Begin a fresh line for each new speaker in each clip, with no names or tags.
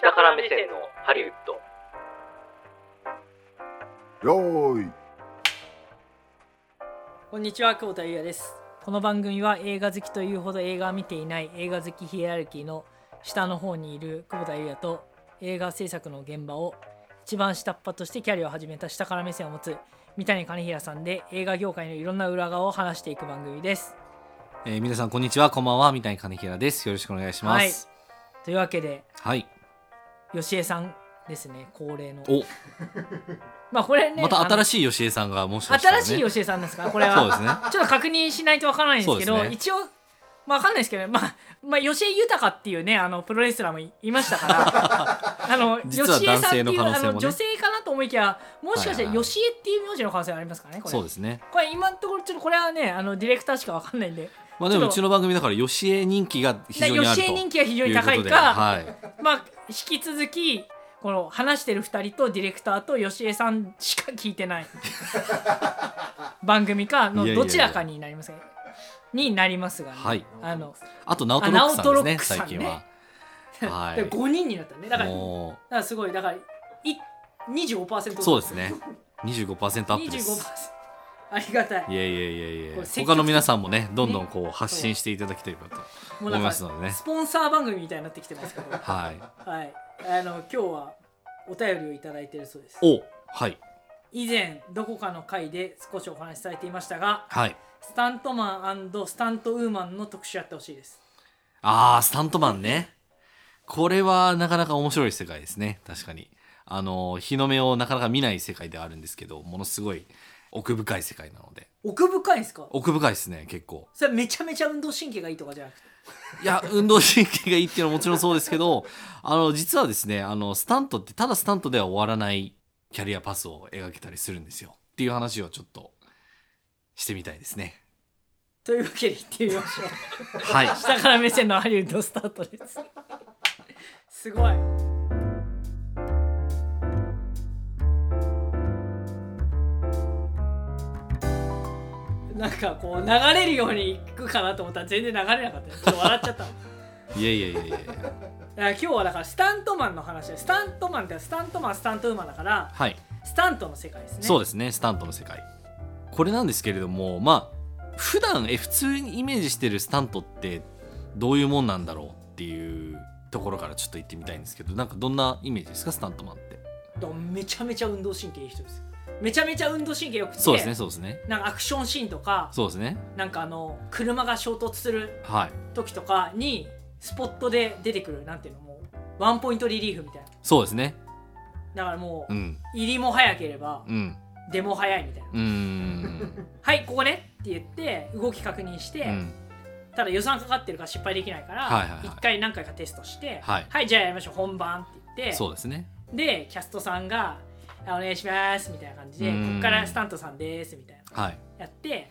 下から目線のハリウッド
よーい
こんにちは久保田裕也ですこの番組は映画好きというほど映画を見ていない映画好きヒエラルキーの下の方にいる久保田裕也と映画制作の現場を一番下っ端としてキャリアを始めた下から目線を持つ三谷兼平さんで映画業界のいろんな裏側を話していく番組です。
えー、皆さんこんにちはこんばんは三谷金平ですよろしくお願いします
というわけで
はい、
吉江さんですね恒例の。
お
まあこれね
また新
しい
しい吉江さんがもしかしたら、
新
ね、
しい吉江さんですからこれは。
そうですね
ちょっと確認しないとわからないんですけど、
そうですね
一応、まあ、わかんないですけどね、まあ、まあ、吉江豊っていうね、あの、プロレスラーもいいました から、あの、
実は
吉江さんっていう、
男性の可
あ
能性もね
の、女性かなと思いきや、もしかしたら
はいはい
吉江っていう名字の可能性ありますから ね、これ。
そうですね
これ今のところ、ちょっとこれはね、あの、ディレクターしかわかんないんで、
まあで
ちょ
も
っ
う
と
ちの番組だから吉江人気が非常にあると
吉江人気が非常に高いか
うことではい、
まあ、引き続き、この話してる2人とディレクターと吉江さんしか聞いて ない番組かの
いやいやいや
どちらかになりますがになりますがね、
はい
あの
あとナオトロックさんですね
あナオトロ
最近
ック
は は
で5人になったねだか
い
らだか
も
らすごいだからい25%
うそうですね25%アップで
25%
す
ありがたい
いやいやいやい
こ
や
れ積極的
他の皆さんもねどんどんこう発信していただきたいなと
もうなん
思いま
か
すのでね
スポンサー番組みたいになってきてます けど
はい
はいあの今日はお便りをいただいてるそうです
おはい
以前どこかの回で少しお話しされていましたが
はい
スタントマンスタントウーマンの特集やってほしいです
ああ、スタントマンね。これはなかなか面白い世界ですね。確かに。あの、日の目をなかなか見ない世界ではあるんですけど、ものすごい奥深い世界なので。
奥深いんですか
奥深いですね、結構。
それめちゃめちゃ運動神経がいいとかじゃなくて
いや、運動神経がいいっていうのはもちろんそうですけど、 あの、実はですね、あの、スタントってただスタントでは終わらないキャリアパスを描けたりするんですよ。っていう話をちょっとしてみたいですね。
というわけで言ってみ ましょう
はい。
下から目線のハリウッドスタートです。 すごい。なんかこう流れるようにいくかなと思ったら全然流れなかったよちょっと笑っちゃったもんだか
いやいやいやいやいや
ら今日はだからスタントマンの話でスタントマンってスタントマンスタントウーマンだから
はい。
スタントの世界ですね
そうですねスタントの世界これなんですけれどもまあ普段え普通にイメージしてるスタントってどういうもんなんだろうっていうところからちょっと行ってみたいんですけどなんかどんなイメージですかスタントマンって
だからめちゃめちゃ運動神経いい人ですめちゃめちゃ運動神経よくて
そうですねそうですね
なんかアクションシーンとか
そうですね
なんかあの車が衝突する
はい
時とかにスポットで出てくるなんていうのもうワンポイントリリーフみたいな
そうですね
だからもう
うん
入りも早ければ
うん
出も早いみたいな
うーん
「はいここね」って言って動き確認して、
うん
ただ予算かかってるから失敗できないから、
はいはいはい
1回何回かテストして「
はい
じゃあやりましょう本番」って言って
そうですね
でキャストさんが「あお願いします」みたいな感じで「
う
こ
ん
こからスタントさんです」みたいな
はい
やって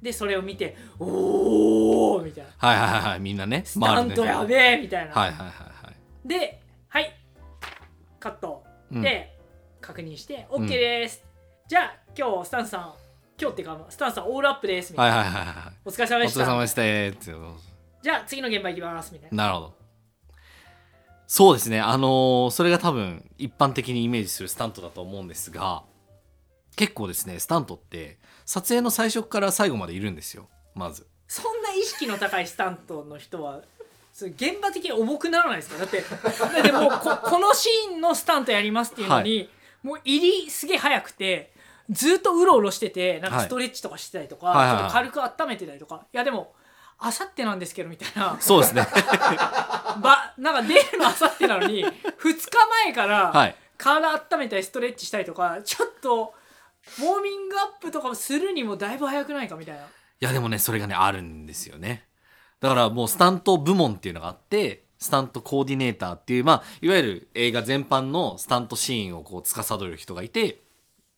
でそれを見て「おお!」みたいな
はいはいはいはいみんなね
「スタントやべ
え
え!」みたいな、
はいはいはいはい
で、はい、カット。
うん
で、確認して、
ん
OK です。じゃあ、今日、スタンさん、今日っていうか、スタンさんオールアップです。みた
はいい
な
はいはいは
お疲れ様
いお
でし
疲れ様
た。
でしたえーって
じゃあ、次の現場行きます。みたいな。
なるほど。そうですね。あのーそれが多分一般的にイメージするスタントだと思うんですが、結構ですね、スタントって撮影の最初から最後までいるんですよ。まず。
そんな意識の高いスタントの人は、それ現場的に重くならないですかだって、だってもうこ、 このシーンのスタントやりますっていうのに、もう入りすげえ早くて、ずっとうろうろしてて、なんか
はい
ストレッチとかしてたりとか、
はいはいはい
ちょっと軽く温めてたりとか、いやでも、あさってなんですけど、みたいな。
そうですね。
ばなんか出るのあさってなのに2日前から、
はい。
体温めたりストレッチしたりとかちょっとウォーミングアップとかをするにもだいぶ早くないかみたいない
やでもね、それがね、あるんですよね。だからもうスタント部門っていうのがあって、スタントコーディネーターっていう、まあ、いわゆる映画全般のスタントシーンをこう司る人がいて、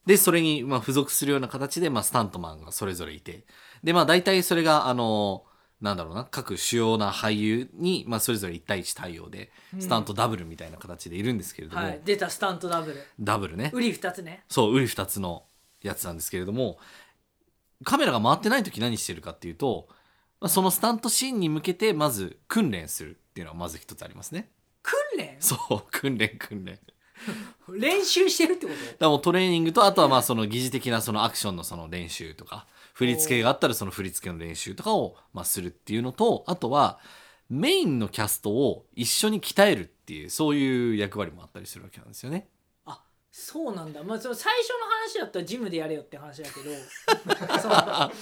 で、それに、まあ、付属するような形で、まあ、スタントマンがそれぞれいて。で、まあ、大体それが、あの、なんだろうな、各主要な俳優に、まあ、それぞれ1対1対応で、スタントダブルみたいな形でいるんですけれども、
はい出たスタントダブル
ダブルね。
ウリ2つね
そう、ウリ二つのやつなんですけれども、カメラが回ってない時何してるかっていうと、まあそのスタントシーンに向けて、まず訓練するっていうのはまず一つありますね。
訓練
そう 訓練訓練だか
練習してるってこと
らもうトレーニングとあとはまあその疑似的なそのアクションのその練習とか振り付けがあったらその振り付けの練習とかをまあするっていうのとあとはメインのキャストを一緒に鍛えるっていうそういう役割もあったりするわけなんですよね。
そうなんだ、まあ、その最初の話だったらジムでやれよって話だけ どその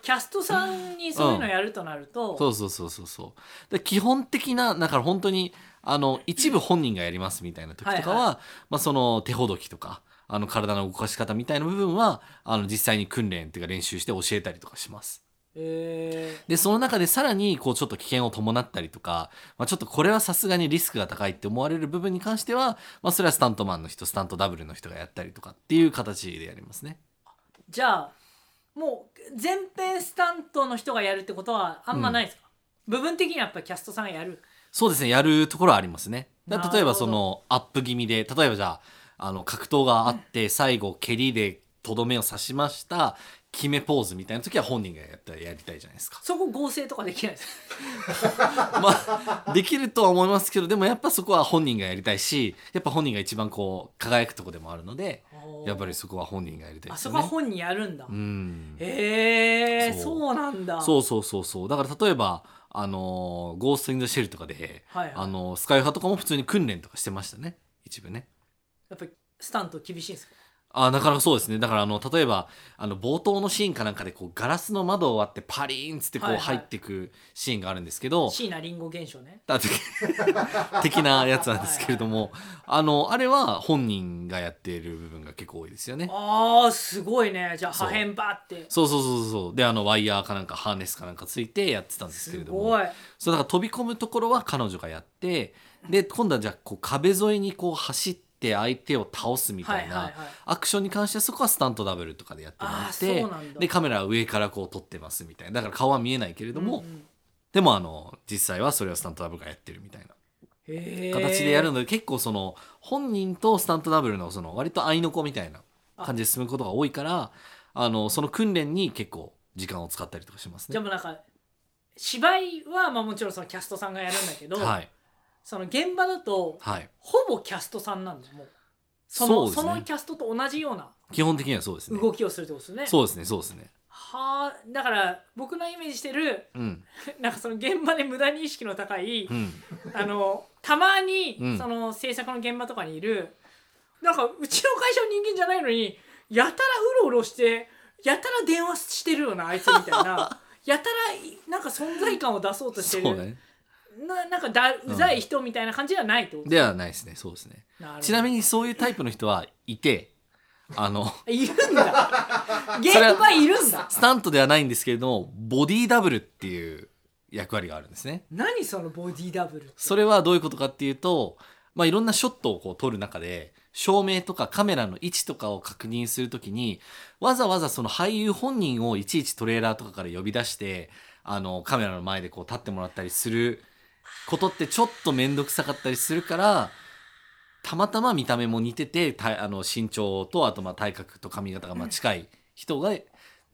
キャストさんにそういうのやるとなると、
そうそうそうそうそうで基本的なだから本当にあの一部本人がやりますみたいな時とかは、
はいは
まあ、その手ほどきとかあの体の動かし方みたいな部分はあの実際に訓練っていうか練習して教えたりとかします。
え
でその中でさらにこうちょっと危険を伴ったりとか、まあ、ちょっとこれはさすがにリスクが高いって思われる部分に関しては、まあ、それはスタントマンの人スタントダブルの人がやったりとかっていう形でやりますね。
ーじゃあもう全編スタントの人がやるってことはあんまないですか、部分的にはやっぱりキャストさんがやる
そうですねやるところはありますねだ
なるほど
例えばそのアップ気味で例えばじゃああの格闘があって最後蹴りでとどめを刺しました決めポーズみたいな時は本人がやったらやりたいじゃないですか
そこ合成とかできないです
まあできるとは思いますけどでもやっぱそこは本人がやりたいしやっぱ本人が一番こう輝くとこでもあるので
か
やっぱりそこは本人がやりたい
あ
です
そ
よ
こ
ね
は本人やるんだ、
うん
へえ
そう
そうなんだ
そうそうそうそうだから例えばあのゴースト・イン・ザ・シェルとかで
はいはい
あのスカイ派とかも普通に訓練とかしてましたね一部ね
やっぱりスタント厳しいんですか
あなかなかそうですねだからあの例えばあの冒頭のシーンかなんかでこうガラスの窓を割ってパリーンっつってこ
は
う
いはい
入っていくシーンがあるんですけど、
椎名林檎現象ね
あ的的なやつなんですけれども、あのあれは本人がやっている部分が結構多いですよね。
あーすごいねじゃあ
そう
破片バーって
そうそうそうそうであのワイヤーかなんかハーネスかなんかついてやってたんですけ
す
れども
ごい
そうだから飛び込むところは彼女がやってで今度はじゃあこう壁沿いにこう走って相手を倒すみたいな、
はいはいはい
アクションに関してはそこはスタントダブルとかでやってもら
あ
っ
ー
て
そうなんだ
でカメラは上からこう撮ってますみたいなだから顔は見えないけれども、
うんうん
でもあの実際はそれをスタントダブルがやってるみたいな
へー
形でやるので、結構その本人とスタントダブルのその割と合いの子みたいな感じで進むことが多いからあのその訓練に結構時間を使ったりとかします
じゃあ。も
ね
うなんか芝居はまあもちろんそのキャストさんがやるんだけど、
はい、
その現場だと
はい、
ほぼキャストさんなんだよもうその
そ
そう
ですね
のキャストと同じような
基本的にはそうですね。
動きをするってことですね
そうですねそうですね。
はあだから僕のイメージしてる
うん
なんかその現場で無駄に意識の高い、
うん、
あのたまに、
うん
その制作の現場とかにいるなんかうちの会社の人間じゃないのにやたらうろうろしてやたら電話してるよなあいつみたい なやたらいなんか存在感を出そうとして
そう
る、
ね
ななんかだうざい人みたいな感じじゃないってこと、
ではないですねそうですね。
なるほど
ちなみにそういうタイプの人はいてあの
い るんだ現
それは
場いるんだ
スタントではないんですけれどもボディダブルっていう役割があるんですね。
何そのボディダブルって
それはどういうことかっていうと、まあ、いろんなショットをこう撮る中で照明とかカメラの位置とかを確認するときにわざわざその俳優本人をいちいちトレーラーとかから呼び出してあのカメラの前でこう立ってもらったりすることってちょっと面倒くさかったりするからたまたま見た目も似ててたあの身長とあとまあ体格と髪型がまあ近い人が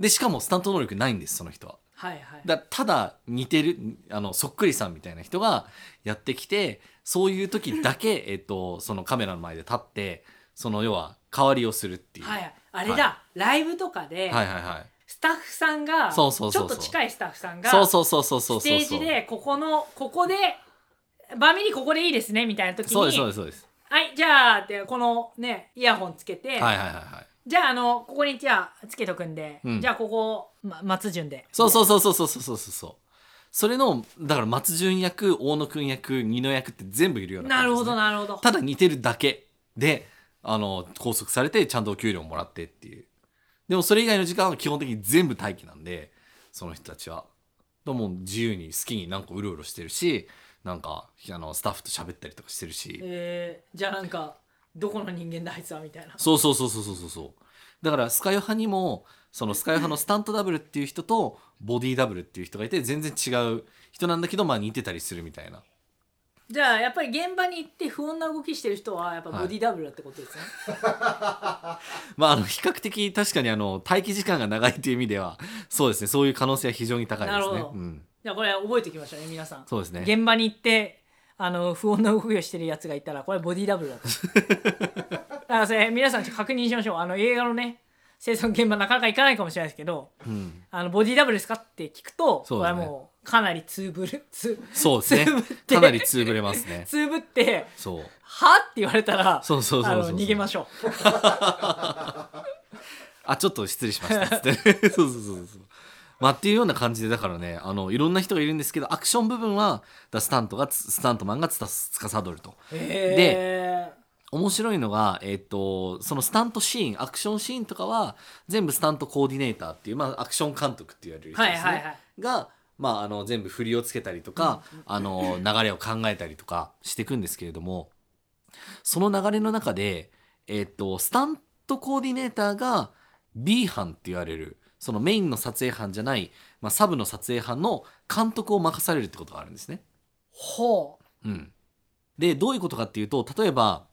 でしかもスタント能力ないんですその人は。
はいはい
だただ似てるあのそっくりさんみたいな人がやってきてそういう時だけ、えっと、そのカメラの前で立ってその要は代わりをするっていう、
は
はい、
いあれだ、ライブとかで、
はいはいはい
スタッフさんが
そうそうそうそう
ちょっと近いスタッフさんが
そうそうそうそうそう
ス
そ
テ
う
ージ
そう
でここのここでバミリここでいいですねみたいな時に
そうですそうですそうです
はいじゃあってこのねイヤホンつけて、
はいはいはいはい
じゃああのここにじゃあつけとくんで、
うん
じゃあここ、ま、松潤で
そうそうそうそうそうそうそうそうそうそれのだから松潤役大野君役二野役って全部いるような
な
感じ
る
です
ほ
ね
どなるほど
ただ似てるだけであの拘束されてちゃんとお給料もらってっていうでもそれ以外の時間は基本的に全部待機なんでその人たちはでもう自由に好きになんかうろうろしてるしなんかあのスタッフと喋ったりとかしてるし
えー、じゃあなんかどこの人間だあいつはみたいな
そうそうそうそうそうそうそうだからスカイ派にもそのスカイ派のスタントダブルっていう人とボディダブルっていう人がいて全然違う人なんだけどまあ似てたりするみたいな
じゃあやっぱり現場に行って不穏な動きしてる人はやっぱボディダブルだってことですね、
まああの比較的確かにあの待機時間が長いという意味ではそうですねそういう可能性は非常に高いで
な
すね
るほど
うん
じゃあこれ覚えておきましょうね皆さん
そうですね。
現場に行ってあの不穏な動きをしてるやつがいたらこれボディダブルだ とだからそれ皆さんちょっと確認しましょうあの映画のね制作現場なかなか行かないかもしれないですけど
うん、
あのボディダブルですかって聞くと、
そ
こ
う
れ
だ
は
ね
もうかなりつぶるつ
そ うですね
つぶって
かなりつぶれますね
つぶって
そう
はって言われたら
そうそうそうそうそう
あの逃げましょう
あちょっと失礼しまし たっつってそうそうそうそうまあっていうような感じでだからねあのいろんな人がいるんですけどアクション部分はだスタントがつスタントマンがつたす司ると
へ
面白いのが、えっとそのスタントシーンアクションシーンとかは全部スタントコーディネーターっていう、まあ、アクション監督って言われ
ー
る人
はい
ですね、
はいはい
が、まあ、あの全部振りをつけたりとか、あの流れを考えたりとかしていくんですけれどもその流れの中で、えっとスタントコーディネーターが B 班って言われるそのメインの撮影班じゃない、まあ、サブの撮影班の監督を任されるってことがあるんですね。
ほ
うん、でどういうことかっていうと例えば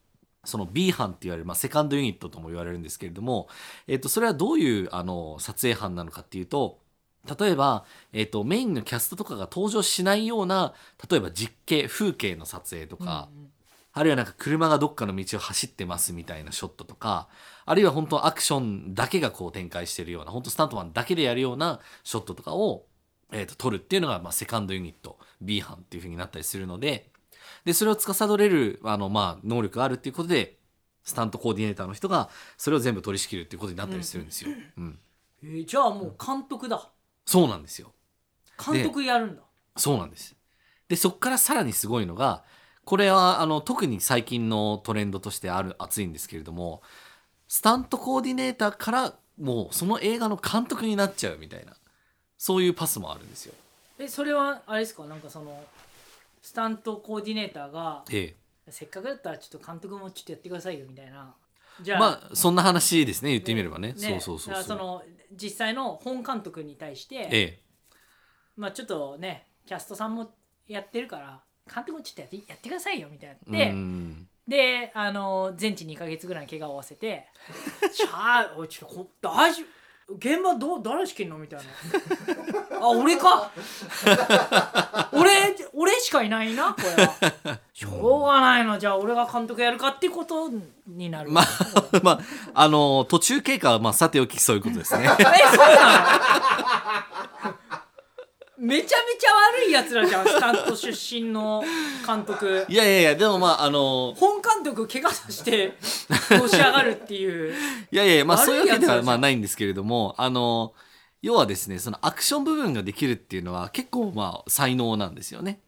その B 班って言われる、まあ、セカンドユニットとも言われるんですけれども、えっとそれはどういうあの撮影班なのかっていうと例えば、えっとメインのキャストとかが登場しないような例えば実景風景の撮影と
う
か、
うんうん
あるいはなんか車がどっかの道を走ってますみたいなショットとかあるいは本当アクションだけがこう展開してるような本当スタントマンだけでやるようなショットとかを、えーと撮るっていうのが、まあ、セカンドユニット B 班っていう風になったりするのででそれを司れるあの、まあ、能力があるっていうことでスタントコーディネーターの人がそれを全部取り仕切るっていうことになったりするんですよ。うん、
えーじゃあもう監督だ
そうなんですよ
監督やるんだ
そうなんです。で、そこからさらにすごいのが、これはあの特に最近のトレンドとしてある熱いんですけれども、スタントコーディネーターからもうその映画の監督になっちゃうみたいな、そういうパスもあるんですよ。
えそれはあれですかなんかそのスタントコーディネーターが
え
せっかくだったらちょっと監督もちょっとやってくださいよみたいなじゃあ、
まあそんな話ですね。言ってみればね。
ね
そうそうそう
だ
そ
か
う。
らその実際の本監督に対して、
ええ、
まあちょっとねキャストさんもやってるから監督もちょっとやってやってくださいよみたいなやって、
うん
であの全治2か月ぐらいの怪我を負わせて 「じゃあおいちょっとこ大丈夫現場どう誰仕切んの?」みたいな「あ俺か 俺俺しかいないなこれはしょうがないのじゃあ俺が監督やるか」ってことになる
まあまああの途中経過はまあさておきそういうことです ね。
えそうなの めちゃめちゃ悪いやつらじゃんスタント出身の監督
いやいやいやでもまああの
本監督怪我させてのし上がるっていう
いやいやいやまあ
悪い
そういうわ
や
けで
つら
は
じゃん
まあないんですけれどもあの要はですねそのアクション部分ができるっていうのは結構まあ才能なんですよね。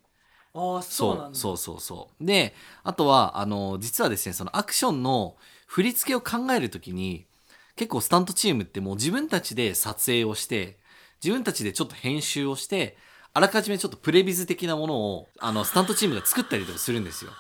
ああそうなんだ
そうそうそうであとはあの実はですねそのアクションの振り付けを考えるときに結構スタントチームってもう自分たちで撮影をして自分たちでちょっと編集をしてあらかじめちょっとプレビズ的なものをあのスタントチームが作ったりとかするんですよ。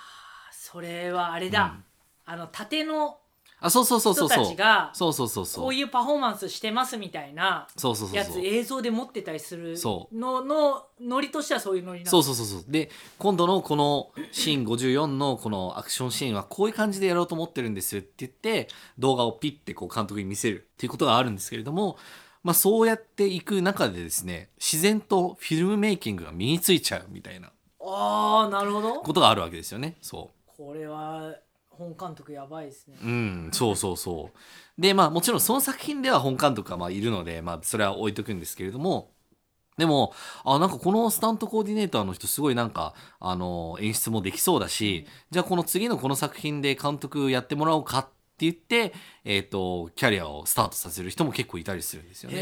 それはあれだ、あの盾の
あそうそうそう
人
そうそ
た
う
ちが
そうそうそうそう
こういうパフォーマンスしてますみたいな
そうそうそうそう
やつ映像で持ってたりする
そ
ののノリとしてはそういうノリな
そ
の
うそうそうそうで今度のこのシーン54のこのアクションシーンはこういう感じでやろうと思ってるんですって言って動画をピッてこう監督に見せるっていうことがあるんですけれども、まあ、そうやっていく中でですね自然とフィルムメイキングが身についちゃうみたいな
ああなるほど
ことがあるわけですよねそう。
これは本監督やばいですね
うん、そうそうそう。で、まあもちろんその作品では本監督がまあいるので、まあそれは置いとくんですけれども、でも、あ、なんかこのスタントコーディネーターの人すごいなんか、あの、演出もできそうだし、じゃあこの次のこの作品で監督やってもらおうかって言って、えっ、と、キャリアをスタートさせる人も結構いたりするんですよね。
へ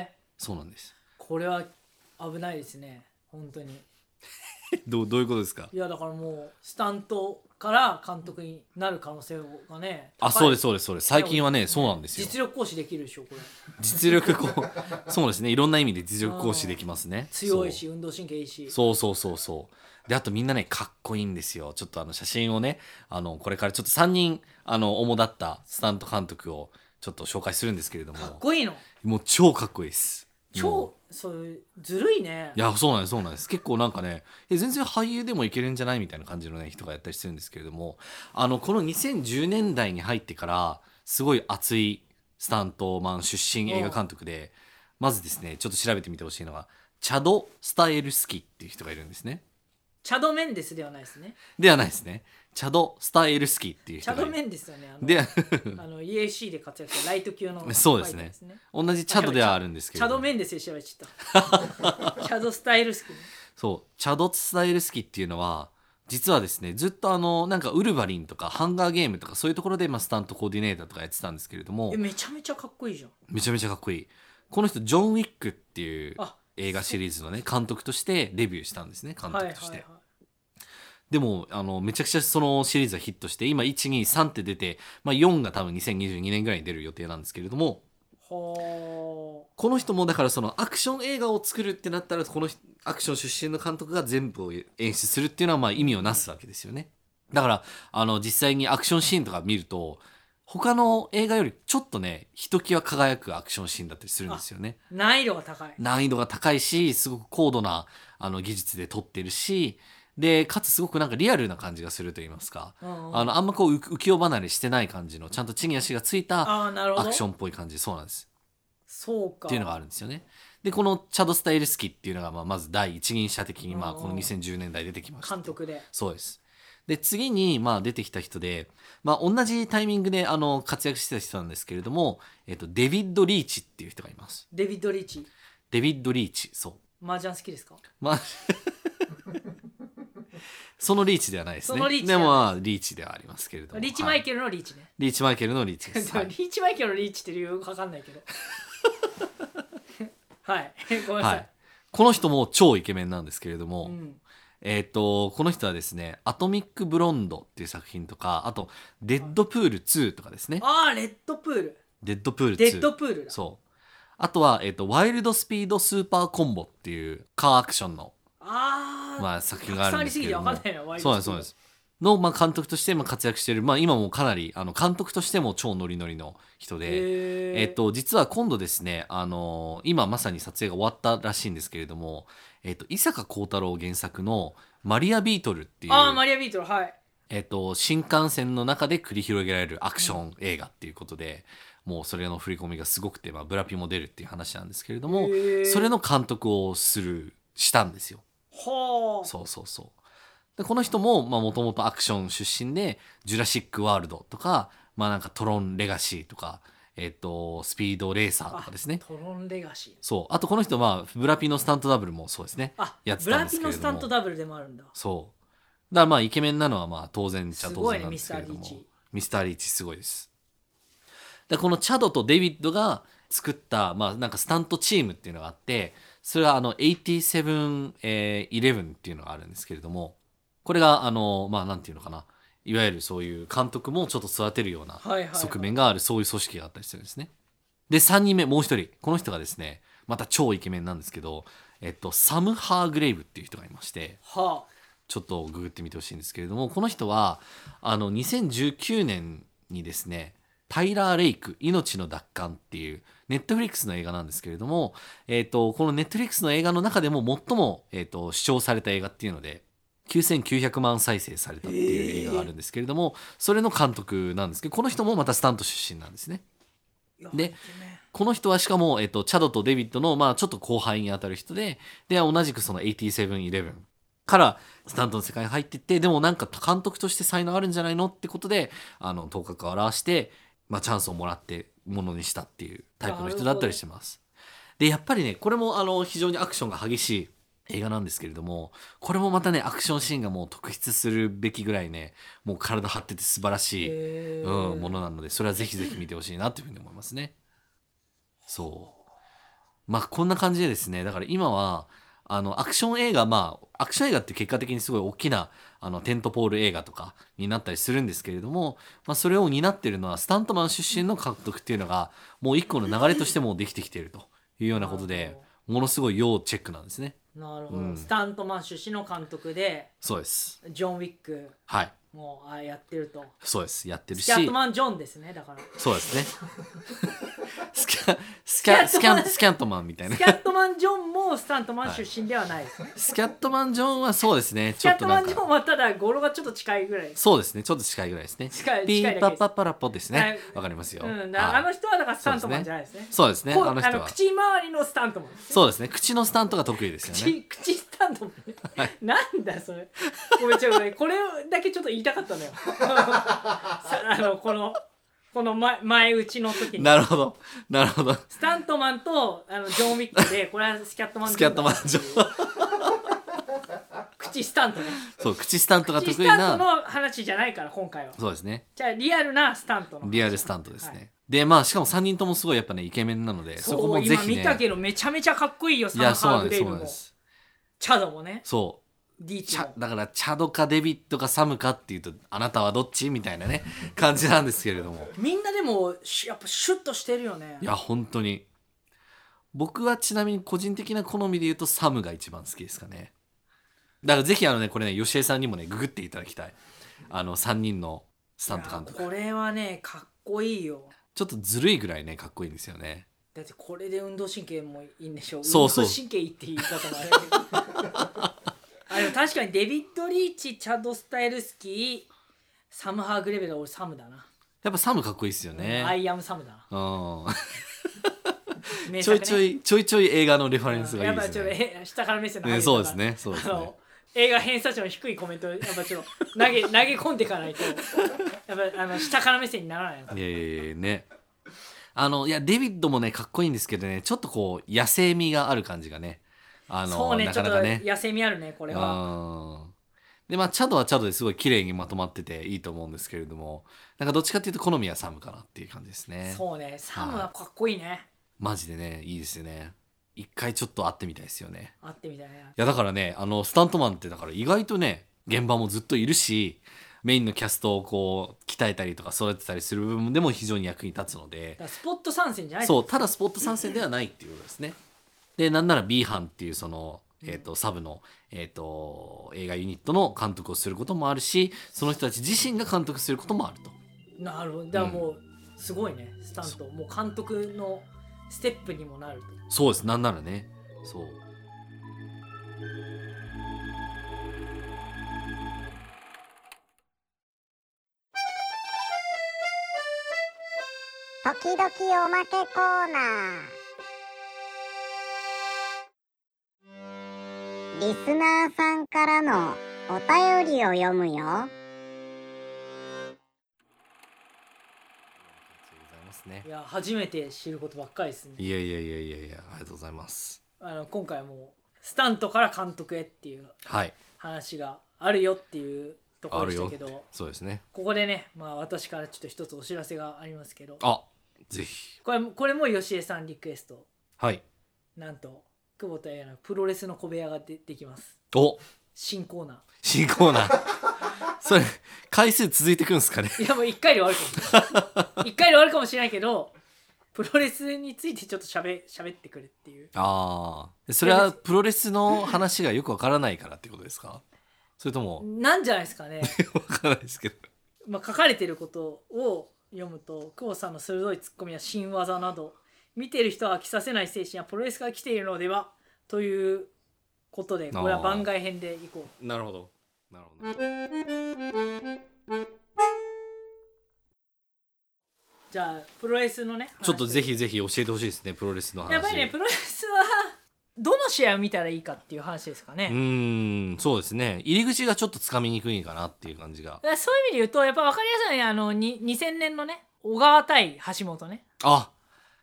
え
そうなんです。
これは危ないですね本当に
どう、どういうことですか
いやだからもうスタントから監督になる可能性がね
あ、そうですす、そうです、そうです。最近はね、そうなんですよ。
実力行使できるでしょこれ
実力こう、そうですね。いろんな意味で実力行使できますね。
強いし運動神経いいし
そうそうそうそう。で、あとみんなね、かっこいいんですよ。ちょっとあの写真をね、あの、これからちょっと3人、あの、主だったスタント監督をちょっと紹介するんですけれども、
かっこいいの
もう超かっこいいです。もう
超そういうずるいね
いや、そうなんです、そうなんです。結構なんかね、え全然俳優でもいけるんじゃないみたいな感じのね、人がやったりしてるんですけれども、あの、この2010年代に入ってから、すごい熱いスタントマン出身映画監督で、まずですね、ちょっと調べてみてほしいのは、チャド・スタエルスキっていう人がいるんですね。
チャド・メンデスではないですね
ではないですねチャド・スタイルスキーってい
チ
う人
ャ
がい
ド・
る
メンデスよねあの
で
あの EAC で活躍したライト級の
そうですね
ファイター
同じチャドではあるんですけ
チ
れ
ャ
ど
ド・
も
メンデスで調べちゃ ったチャド・スタイルスキーね
そうチャド・スタイルスキーっていうのは実はですねずっとあのなんかウルヴァリンとかハンガーゲームとかそういうところで、まあ、スタントコーディネーターとかやってたんですけれども
えめちゃめちゃかっこいいじゃん
めちゃめちゃかっこいいこの人ジョン・ウィックっていう
あ
映画シリーズのね監督としてデビューしたんですね監
はいはい
督として、
はい
でもあのめちゃくちゃそのシリーズはヒットして今123って出て、まあ、4が多分2022年ぐらいに出る予定なんですけれども
は
この人もだからそのアクション映画を作るってなったらこの人アクション出身の監督が全部を演出するっていうのはまあ意味をなすわけですよねだからあの実際にアクションシーンとか見ると他の映画よりちょっとねひときわ輝くアクションシーンだったりするんですよね
あ難易度が高い
難易度が高いしすごく高度なあの技術で撮ってるしでかつすごくなんかリアルな感じがすると言いますか、
うんうん
あのあんまこうう浮世離れしてない感じのちゃんと地に足がついた
あーなるほ
ア
ど
クションっぽい感じそうなんです
そうか
っていうのがあるんですよねでこのチャド・スタイルスキーっていうのがまあまず第一人者的にまあ
うん
この2010年代出てきました
監督で
そうですで次にまあ出てきた人で、まあ、同じタイミングであの活躍してた人なんですけれども、えっと、デビッド・リーチっていう人がいます
デビッド・リーチ
デビッド・リーチそう
麻雀好きですか
まあ、 そのリーチではないですね。
そのリーチで
で
は
も
な
まあリーチではありますけれども。
リーチマイ
はい
ケルのリーチね、
リーチマイケルのリーチです。
で
は
も
い
リーチマイケルのリーチって理由わかんない けどはいごめんなさ、
はいいこの人も超イケメンなんですけれども、
うん、
えっ、と、この人はですね、アトミック・ブロンドっていう作品とか、あと、デッドプール2とかですね。
ああレッドプール
デッドプール2。
デッドプールだ
そう。あとは、えっ、と、ワイルド・スピード・スーパー・コンボっていうカーアクションの、
ああ、
まあ、作品があるんですけれども。
たくさんありすぎて分かんないなワイル
そ
ド
うなんですそうなんですの、まあ、監督としても活躍してる、まあ、今もかなりあの監督としても超ノリノリの人で、
へー
えっと、実は今度ですね、あの今まさに撮影が終わったらしいんですけれども、えっと、伊坂幸太郎原作の「マリアビートル」っていう
ああマリアビートルはい
えっと、新幹線の中で繰り広げられるアクション映画っていうことで、もうそれの振り込みがすごくて、まあ、ブラピも出るっていう話なんですけれども、
へー
それの監督をするしたんですよ。
はあ
そうそうそう。でこの人ももともとアクション出身で「ジュラシック・ワールド」とか「まあ、なんかトロン・レガシー」とか、えっと「スピード・レーサー」とかですね
トロンレガシー
そうあとこの人はブラピのスタントダブルもそうですね
あ
やって
ブ
たん
ラ
です
ピ
けれども
のスタントダブルでもあるんだ
そうだからまあイケメンなのはまあ当然っちゃ
す
当
ごいね
然なんですけれども
ミスターリーチ
ミスター・リーチすごいですでこのチャドとデビッドが作った、まあ、なんかスタントチームっていうのがあってそれはあの8711、えー11っていうのがあるんですけれどもこれがあのまあなんていうのかないわゆるそういう監督もちょっと育てるような
はいはいはい
側面があるそういう組織があったりするんですねで3人目もう一人この人がですねまた超イケメンなんですけど、えっと、サム・ハーグレイブっていう人がいまして
は
ちょっとググってみてほしいんですけれどもこの人はあの2019年にですねタイラー・レイク「命の奪還」っていうネットフリックスの映画なんですけれども、えー、とこのネットフリックスの映画の中でも最も、えー、と視聴された映画っていうので9900万再生されたっていう映画があるんですけれども、それの監督なんですけどこの人もまたスタント出身なんですね。
あいや
で
イケメン
この人はしかも、えっと、チャドとデビッドの、まあ、ちょっと後輩に当たる人で、で、同じくその8711からスタントの世界に入ってって、でもなんか監督として才能あるんじゃないのってことで、あの、頭角を現して、まあ、チャンスをもらって、ものにしたっていうタイプの人だったりしてます。で、やっぱりね、これも、あの、非常にアクションが激しい映画なんですけれども、これもまたね、アクションシーンがもう特筆するべきぐらいね、もう体張ってて素晴らしい。
へー
うん、ものなのでそれはぜひぜひ見てほしいなというふうに思いますね。そうまあこんな感じでですねだから今はあのアクション映画まあアクション映画って結果的にすごい大きなあのテントポール映画とかになったりするんですけれども、まあ、それを担ってるのはスタントマン出身の監督っていうのがもう一個の流れとしてもうできてきてるというようなことでものすごい要チェックなんですね。
なるほど、
うん
スタントマン出身の監督で
そうです。
ジョン・ウィック
はい。
もあやってると
そうです。やってる
ス
し。
キャットマン・ジョンですねだから
そうですね。スキャ、スキャ、スキャン、スキャントマンみたいな
スキ。ャットマン・ジョンもスタントマン出身ではないですね、
スキャットマンジョンはそうですね。
ス
ち
キ
ょ
ャ
っ
ッ
と
ト
な
マ
ん
ン・ジョン
か。
まただ語呂がちょっと近いぐらいです
そうですね。ちょっと近いぐらいですね。
近い
ピ
近いだけ
ーパッパッパラッポです
は
ね
い。
わかりますよ。
うん、
はい
あの人はだからスタントマンじゃないですね。
そうですね。
こ
あの人
あの
は。
口周りのスタントマンですね。
そうですね。口のスタントが得意ですよね。
口口スタントマンね。なんだそれごめんちょごめんこれだけちょっと言いたかったのよ さあのこのこの前前打ちの時に
なるほどなるほど
スタントマンとあのジョン・ウィックでこれはスキャットマン
スキャットマンジョー
口スタントね
そう口スタントが
口
得
ス
意
タント
な
の話じゃないから今回は
そうですね
じゃあリアルなスタントの
リアルスタントですね、
はい
でまあしかも3人ともすごいやっぱねイケメンなのでそ
そう
こもぜ
今
ひ
見た
ね
けどめちゃめちゃかっこいいよ
い
サン・
やそう
ハ
な
ー
ん
グ
で
デ
す
イ
そう
ル
なん
も
です
チャドもね
そう
ディー
チ
チ
ャ
も
だからチャドかデビットかサムかっていうとあなたはどっちみたいなね感じなんですけれども
みんなでもしやっぱシュッとしてるよね
いや本当に僕はちなみに個人的な好みで言うとサムが一番好きですかねだからぜひあのねこれね吉江さんにもねググっていただきたいあの3人のスタント監
いや
督
これはねかっこいいよ
ちょっとずるいぐらいねかっこいいんですよね
だってこれで運動神経もいいんでしょ
そうそう
運動神経いいって言い方もあれだけ どあでも確かにデビッド・リーチチャド・スタイルスキーサム・ハーグレベルは俺サムだな、
やっぱサムかっこいいですよ
ア
ね
イ・アム・サムだな
うん
名
ちょ
作
いちょいちょいちょい映画のレファレンスがいいです
やっぱ
ね
ちょっとえ下から目線の入
ね
り方
そうですねそうです
あ
ね
の映画偏差値の低いコメントをやっぱちょっと 投げ投げ込んでいかないとやっぱあの下から目線にならないの
いやいやいやねあのいやデビッドもねかっこいいんですけどねちょっとこう野生味がある感じがねあの
そうね
なかなかね
ちょっと野生味あるねこれは
うんでまあチャドはチャドですごい綺麗にまとまってていいと思うんですけれどもなんかどっちかっていうと好みはサムかなっていう感じですね
そうねサムはかっこいいね、
マジでねいいですよね一回ちょっと会ってみたいですよね
会ってみたいない
やだからねあのスタントマンってだから意外とね現場もずっといるしメインのキャストをこう鍛えたりとか育てたりする部分でも非常に役に立つので
だからスポット参戦じゃない
そうただスポット参戦ではないっていうことですね。でなんなら B 班っていうその、
うん
えー、とサブの、えー、と映画ユニットの監督をすることもあるしその人たち自身が監督することもあると。
なるほどだからもうすごいねスタントもう監督のステップにもなると
そうですなんならねそう
時々おまけコーナーリスナーさんからのお便りを読むよ
ございますね
い。や初めて知ることばっかりですね
いやいやいやいやいやありがとうございます。
あの今回はもうスタントから監督へっていう
はい
話があるよっていうとこ
あ
ろ
る
でした
よ
けど
そうですね。
ここでね、まあ、私からちょっと一つお知らせがありますけど
あぜひ
これこれも吉江さんリクエスト
はい
なんと久保田彩のプロレスの小部屋がでできます
お
新コーナ
新コーナー それ回数続いてくんですかね。
ーいやもう1回で終わるかも一回で終わるかもしれないけどプロレスについてちょっとしゃべしゃべってくれっていう
ああそれはプロレスの話がよくわからないからってことですかそれとも
なんじゃないですかね、
わからないですけど
まあ、書かれてることを読むと久保さんの鋭いツッコミや新技など見てる人は飽きさせない精神やプロレスから来ているのではということでこれは番外編でいこう
なるほどなるほど
じゃあプロレスのね
ちょっとぜ
ひ
ひぜひ教えてほしいですねプロレスの話
やっぱりねプロレスはどの試合を見たらいいかっていう話ですかね、
うーんそうですね入り口がちょっとつかみにくいかなっていう感じが
だからそういう意味で言うとやっぱ分かりやすいのはあのに2000年のね小川対橋本ね
あ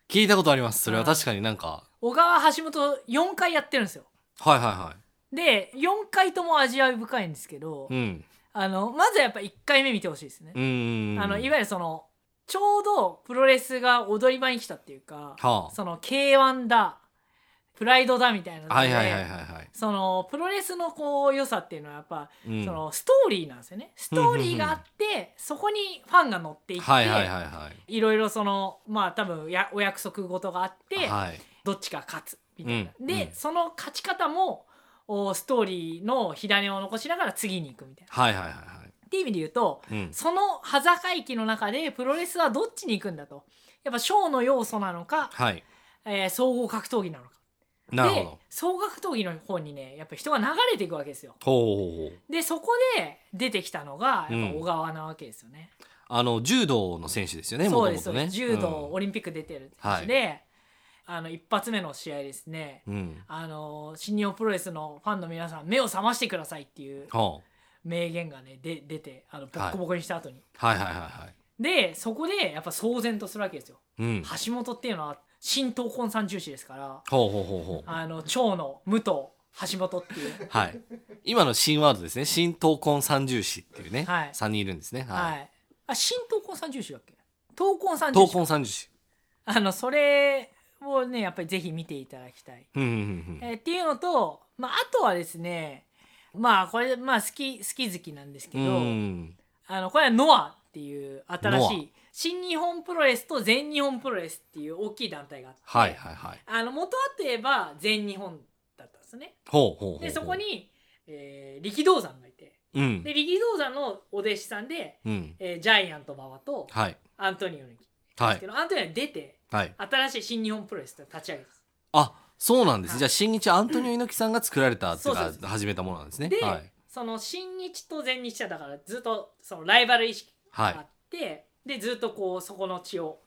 聞いたことありますそれは確かになんか
小川橋本4回やってるんですよ
はいはいは
で4回とも味わい深いんですけど、
いうん
あのまずはやっぱ1回目見てほしいですね
う、ーん
あのいわゆるそのちょうどプロレスが踊り場に来たっていうか、
は
その K1 だプライドだみたいなので
あはいはいはいはいはい
そのプロレスのこう良さっていうのはやっぱ
うん
そのストーリーなんですよねストーリーがあってそこにファンが乗っていって、
はい
い
はいはいは
ろいろそのまあ多分やお約束事があって、
いはい
どっちが勝つみたいな。
うん
で、
うん
その勝ち方もおストーリーの火種を残しながら次に行くみたいな。
はいはいはいは
っていう意味で言うと
いうん
その端境期の中でプロレスはどっちに行くんだと。やっぱショーの要素なのか、
はい
えー総合格闘技なのか。
なるほ
で
ど
総合格闘技の方にねやっぱ人が流れていくわけですよ。
ほうほうほう
でそこで出てきたのがやっぱ小川なわけですよね。
あの柔道の選手ですよね、
そ
も
う
と
で
も
すそ
と
うで
ね。
す柔道、
うん
オリンピック出てる選手で、あの一発目の試合ですね
うん。
あの新日本プロレスのファンの皆さん目を覚ましてくださいっていう
は
名言がねで出てあのボッコボコにした後に、
あはいはいはいはい。
でそこでやっぱ騒然とするわけですよ
うん。
橋本っていうのは新闘魂三重視ですから
ほうほうほうほう。
あの長の武藤橋本っていう
はい。今の新ワードですね。新闘魂三重士っていうね。
はい
3人いるんですね。
はい、
はい。
あ新闘魂三重視だっけ闘魂三重
闘
視
魂三重士。
あのそれをねやっぱりぜひ見ていただきたい、
うんうんうん
えーっていうのと、まあ、あとはですねまあこれ、まあ、好き好き好きなんですけ
う
ど、
ん。うん。
あのこれはノアっていう新し
ノ
い新日本プロレスと全日本プロレスっていう大きい団体があって、
はいはいはい。
あの元はといえば全日本だったんですね。
ほうほうほうほう。
でそこ。に、えー力道山がいて
うん
で。力道山のお弟子さんで、
うん。
えージャイアント馬場と
はい。
アントニオ猪木
は
です
い
け。ど、アントニオ猪木出て
はい。
新しい新日本プロレスって立ち上げです。
あ、そうなんで
は
す。
い
じゃあ、新日アントニオ猪木さんが作られたってい
そう
うか
そう、そう
始めたものなんですね
で、。
はい。
その新日と全日はだからずっとそのライバル意識が
は
あ
い。
って、でずっとこうそこの血を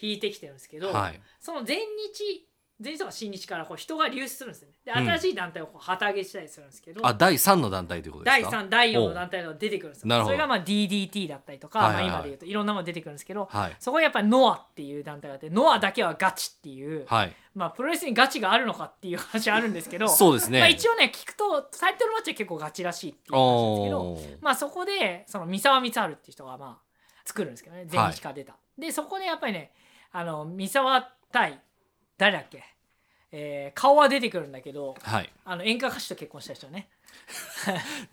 引いてきてるんですけど、
はい。
その全日全日とか新日からこう人が流出するんですよねで
うん
新しい団体をこう旗揚げしたりするんですけど、
あ、第三の団体ということで
第
すか
3第4の団体が出てくるんです
おうなる
よ
ほ
そ
ど
れがまあ DDT だったりとか、
はいはいはい
まあ、今でいうといろんなもの出てくるんですけど、
はい。
そこにやっぱりノアっていう団体があってノアだけはガチっていう、
はい。
まあ、プロレスにガチがあるのかっていう話あるんです けど
そうです
まあ、
ね
一。応ね聞くとタイトルマッチは結構ガチらしいっていう話なんですけど
おー
まあそこでその三沢光晴っていう人がまあ作るんですけどね全日から出た、でそこでやっぱりねあの三沢対誰だっけ、えー顔は出てくるんだけど
はい。
あの演歌歌手と結婚した人ね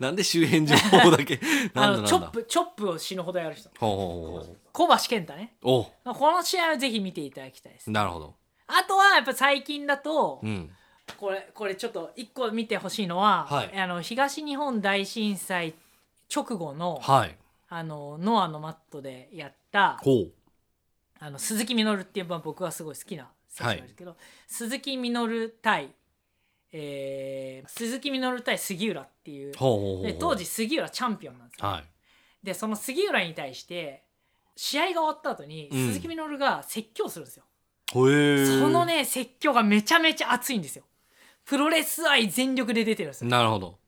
なんで周辺情報だけ。
あ
な
の
んだなんだ。
チョップチョップを死ぬほどやる人
ほうほうほう
小橋健太ね
ほう。
まあこの試合はぜひ見ていただきたいです
お、なるほど。
あとはやっぱ最近だと、
うん。
これこれちょっと一個見てほしいのは、
はい
あの東日本大震災直後の、
はい。
あのノアのマットでやった
ほう。
あの鈴木みのるっていうまあ僕はすごい好きな選手なんですけど、鈴木みのる対、えー鈴木みのる対杉浦っていう
ほうほうほうほう
で当時杉浦チャンピオンなんですよ、
はい。
でその杉浦に対して試合が終わった後に
うん
鈴木みのるが説教するんですよ、
へえ。
その。ね説教がめちゃめちゃ熱いんですよプロレス愛全力で出てるんですよ
なるほど。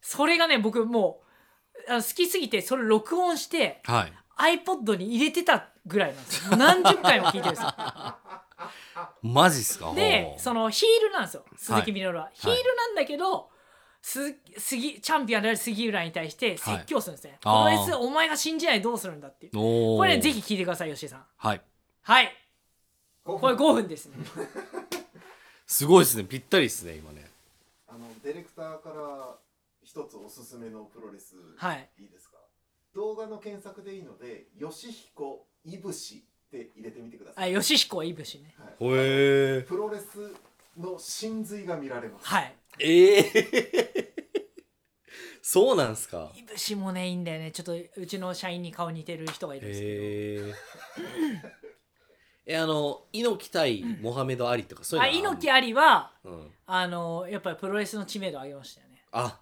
それがね僕もうあの好きすぎてそれ録音して
はい。
iPod に入れてたぐらいなんです よ何十回も聞いてるんですよ
マジっすか。
でそ
の。
のヒールなんですよ鈴木みのるは、ヒールなんだけどす杉チャンピオンである杉浦に対して説教するんですね、
あー
プロレスお前が信じないどうするんだっていう
おお。
これねぜひ聞いてください吉井さん
はい。
はいこれ5分です ね
すごいですね。ぴったりですね。今ね。
あのディレクターから一つおすすめのプロレス、
はい
いいですか動画の検索でいいので「よしひこいぶし」って入れてみてくださ
あ
い、
吉彦いぶしね
はい
へえ。
プロレスの真髄が見られます、
はい
ええ。そうなんすか。
いぶしもねいいんだよねちょっとうちの社員に顔似てる人がいるんですけど、
へえ。え、あの、猪木対モハメドアリとか、そういう
あ
のは。
猪木ありは
うん。
あのやっぱりプロレスの知名度を上げましたよね
あ。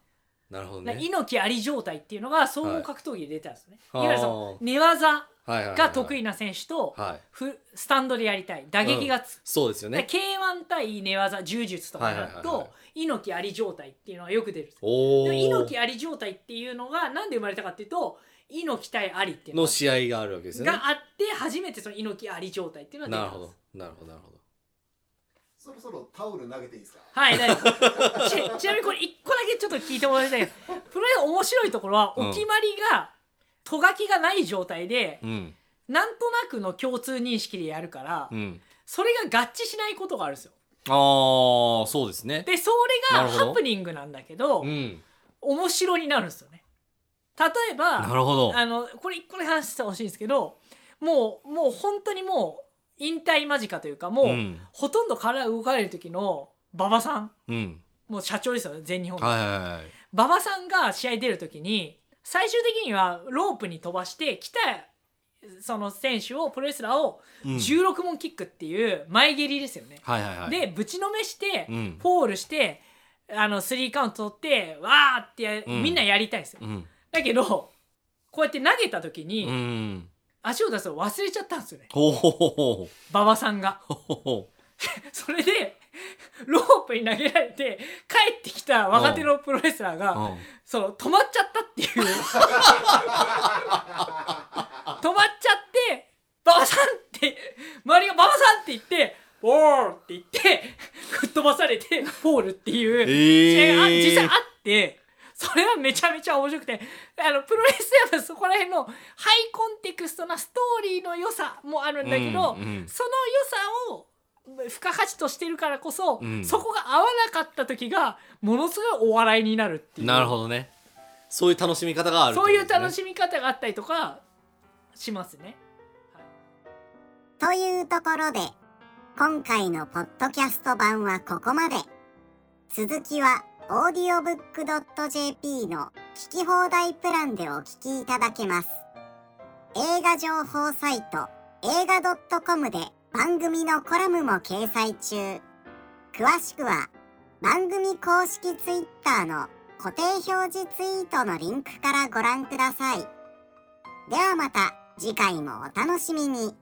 なるほど
だ
ね
から。猪木あり状態っていうのが総合格闘技で出たんですね、
はい
い、わゆるそ
は
の
あ
寝技
はいはいはいはい
が得意。な選手と
はい。
ふスタンドでやりたい打撃がつ、
そうですよ
だ
ね。
から K1 対寝技柔術とかになると、
はいはいはいは
猪木あり状態っていうのがよく出るんです
おお。
でも猪木あり状態っていうのがなんで生まれたかっていうと猪木対ありっていうの
の
が
試合があるわけですよね。
があって初めてその猪木あり状態っていうのが
な
出た
るほ
んで
ど
す。
なるほど、なるほど。
そろそろタオル投げていいですか
はい、大丈夫ち ちなみにこれ一個だけちょっと聞いてもらいたいけどプロレス面白いところは
うん
お決まりが、とがきがない状態で
うん。
なんとなくの共通認識でやるから、
うん。
それが合致しないことがあるんですよ。
ああ、そうですね。
でそれが
なるほど
ハプニングなんだけど
うん。
面白になるんですよね。例え
な
ば
るほど。
あのこれ一個で話してほしいんですけどもうもう本当にもう引退間近というかもう、
うん。
ほとんど体動かれる時の馬場さん
うん。
もう社長ですよね全日本の
はいはいはい。
馬場さんが試合出る時に最終的にはロープに飛ばして来たその選手をプロレスラーを
うん
16問キックっていう前蹴りですよね、
はいはいはい。、
でぶちのめして、
うん。
フォールしてあのスリーカウント取ってわーってや
うん
みんなやりたいんですよ、
うん。
だけどこうやって投げた時に、
うん。
足を出すの忘れちゃったんですよね
ほうほうほうほう
馬場さんが
ほうほ
それでロープに投げられて帰ってきた若手のプロレスラーが
うん
その止まっちゃったっていう止まっちゃって「馬場さん!」って周りが「馬場さん!」って言って「ボール!」って言って吹っ飛ばされてフォールっていう。試合が実際あってそれはめちゃめちゃ面白くてあのプロレスやっぱそこら辺のハイコンテクストなストーリーの良さもあるんだけど、
うんうん
その良さを付加価値としてるからこそ、
うん
そこが合わなかった時がものすごいお笑いになるっていう
なるほどねそういう楽しみ方がある
そういう楽
み
しみ方があったりとかしますね。
というところで今回のポッドキャスト版はここまで続きは audiobook.jp の聞き放題プランでお聞きいただけます映画情報サイト映画 .com で番組のコラムも掲載中詳しくは番組公式 Twitter の固定表示ツイートのリンクからご覧くださいではまた次回もお楽しみに